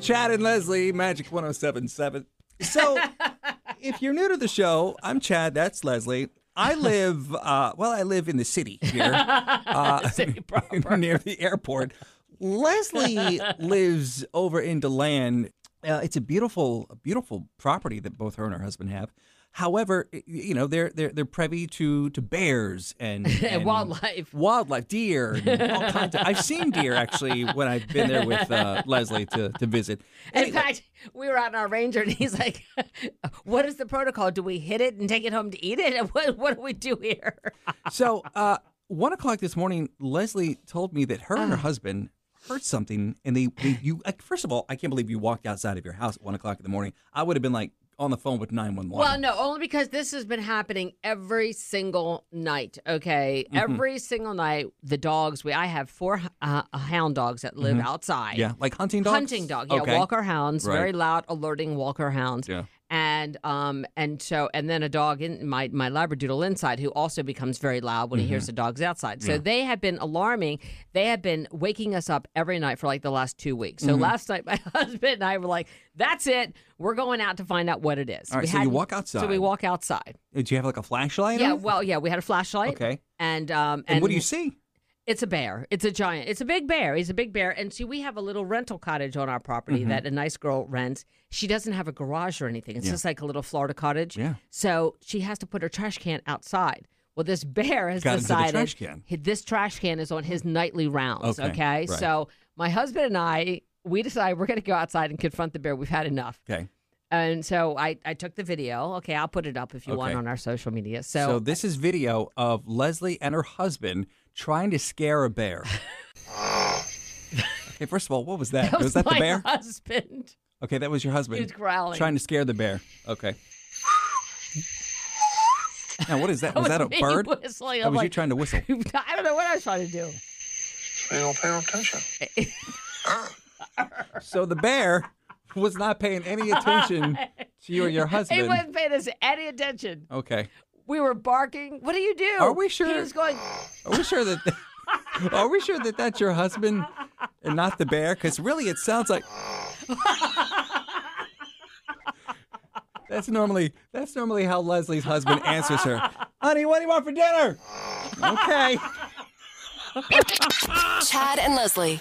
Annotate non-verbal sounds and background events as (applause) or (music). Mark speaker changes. Speaker 1: Chad and Leslie, Magic 1077. So, if you're new to the show, I'm Chad, that's Leslie. I live, uh, well, I live in the city here uh,
Speaker 2: (laughs) City proper.
Speaker 1: near the airport. Leslie lives over into land. Uh, it's a beautiful, a beautiful property that both her and her husband have. However, y- you know they're they're they're privy to to bears and, and
Speaker 2: wildlife.
Speaker 1: wildlife, deer, and all kinds. Of, I've seen deer actually when I've been there with uh, Leslie to to visit.
Speaker 2: In fact, we were out in our ranger, and he's like, (laughs) "What is the protocol? Do we hit it and take it home to eat it? (laughs) What What do we do here?"
Speaker 1: So, uh, one o'clock this morning, Leslie told me that her and her
Speaker 2: Uh.
Speaker 1: husband heard something, and they, they you like, first of all, I can't believe you walked outside of your house at one o'clock in the morning. I would have been like on the phone with nine one
Speaker 2: (laughs) Well,
Speaker 1: one.
Speaker 2: no, only because this has been happening every single night. Okay, every single night, the dogs. We I have four uh, hound dogs that live outside.
Speaker 1: Yeah, like hunting dogs.
Speaker 2: Hunting dog, yeah,
Speaker 1: Okay.
Speaker 2: walker hounds,
Speaker 1: Right.
Speaker 2: very loud, alerting walker hounds.
Speaker 1: Yeah.
Speaker 2: And um and so and then a dog in my my labradoodle inside who also becomes very loud when he
Speaker 1: Mm-hmm.
Speaker 2: hears the dogs outside. So they have been alarming. They have been waking us up every night for like the last 2 weeks.
Speaker 1: Mm-hmm.
Speaker 2: So last night my (laughs) husband and I were like, that's it. We're going out to find out what it is.
Speaker 1: All right,
Speaker 2: We
Speaker 1: so you
Speaker 2: hadn't-
Speaker 1: walk
Speaker 2: So
Speaker 1: outside.
Speaker 2: we walk outside.
Speaker 1: Did you have like a flashlight?
Speaker 2: Yeah,
Speaker 1: on?
Speaker 2: well, yeah, we had a flashlight.
Speaker 1: Okay.
Speaker 2: And um
Speaker 1: And, what do you see?
Speaker 2: it's a bear. It's a giant. It's a big bear. He's a big bear. And see, we have a little rental cottage on our property
Speaker 1: Mm-hmm.
Speaker 2: that a nice girl rents. She doesn't have a garage or anything. It's just like a little Florida cottage.
Speaker 1: Yeah.
Speaker 2: So she has to put her trash can outside. Well, this (laughs) bear has
Speaker 1: Got into the
Speaker 2: decided
Speaker 1: trash can.
Speaker 2: hi- this trash can is on his nightly rounds.
Speaker 1: Okay,
Speaker 2: Okay.
Speaker 1: right.
Speaker 2: So my husband and I, we decided we're going to go outside and confront the bear. We've had enough.
Speaker 1: Okay.
Speaker 2: And so I, I took the video. Okay, I'll put it up if you want
Speaker 1: Okay.
Speaker 2: on our social media. So,
Speaker 1: So, this is video of Leslie and her husband trying to scare a
Speaker 2: (laughs)
Speaker 1: bear. okay, first of all, what was that?
Speaker 2: that was,
Speaker 1: that
Speaker 2: my
Speaker 1: the bear?
Speaker 2: (laughs) husband.
Speaker 1: Okay, that was your husband.
Speaker 2: He was growling.
Speaker 1: Trying to scare the bear. Okay. Now, what
Speaker 2: (laughs)
Speaker 1: is that? was, that a
Speaker 2: me
Speaker 1: bird?
Speaker 2: Whistling.
Speaker 1: Or
Speaker 2: I'm
Speaker 1: was you
Speaker 2: like,
Speaker 1: trying to
Speaker 2: (laughs)
Speaker 1: whistle?
Speaker 2: I don't know what I was trying to do.
Speaker 3: They don't pay no attention.
Speaker 1: So the bear was not paying any
Speaker 2: (laughs)
Speaker 1: attention to you or your
Speaker 2: He
Speaker 1: husband.
Speaker 2: wasn't paying us any attention.
Speaker 1: Okay.
Speaker 2: We were barking. What do you do?
Speaker 1: Are we sure?
Speaker 2: He was going.
Speaker 1: Are we sure that? (laughs) Are we sure that that's your husband and not the bear? Because really, it sounds
Speaker 2: (laughs)
Speaker 1: like that's normally that's normally how Leslie's husband answers her. Honey, what do you want
Speaker 2: (laughs)
Speaker 1: for dinner? Okay.
Speaker 4: Chad and Leslie.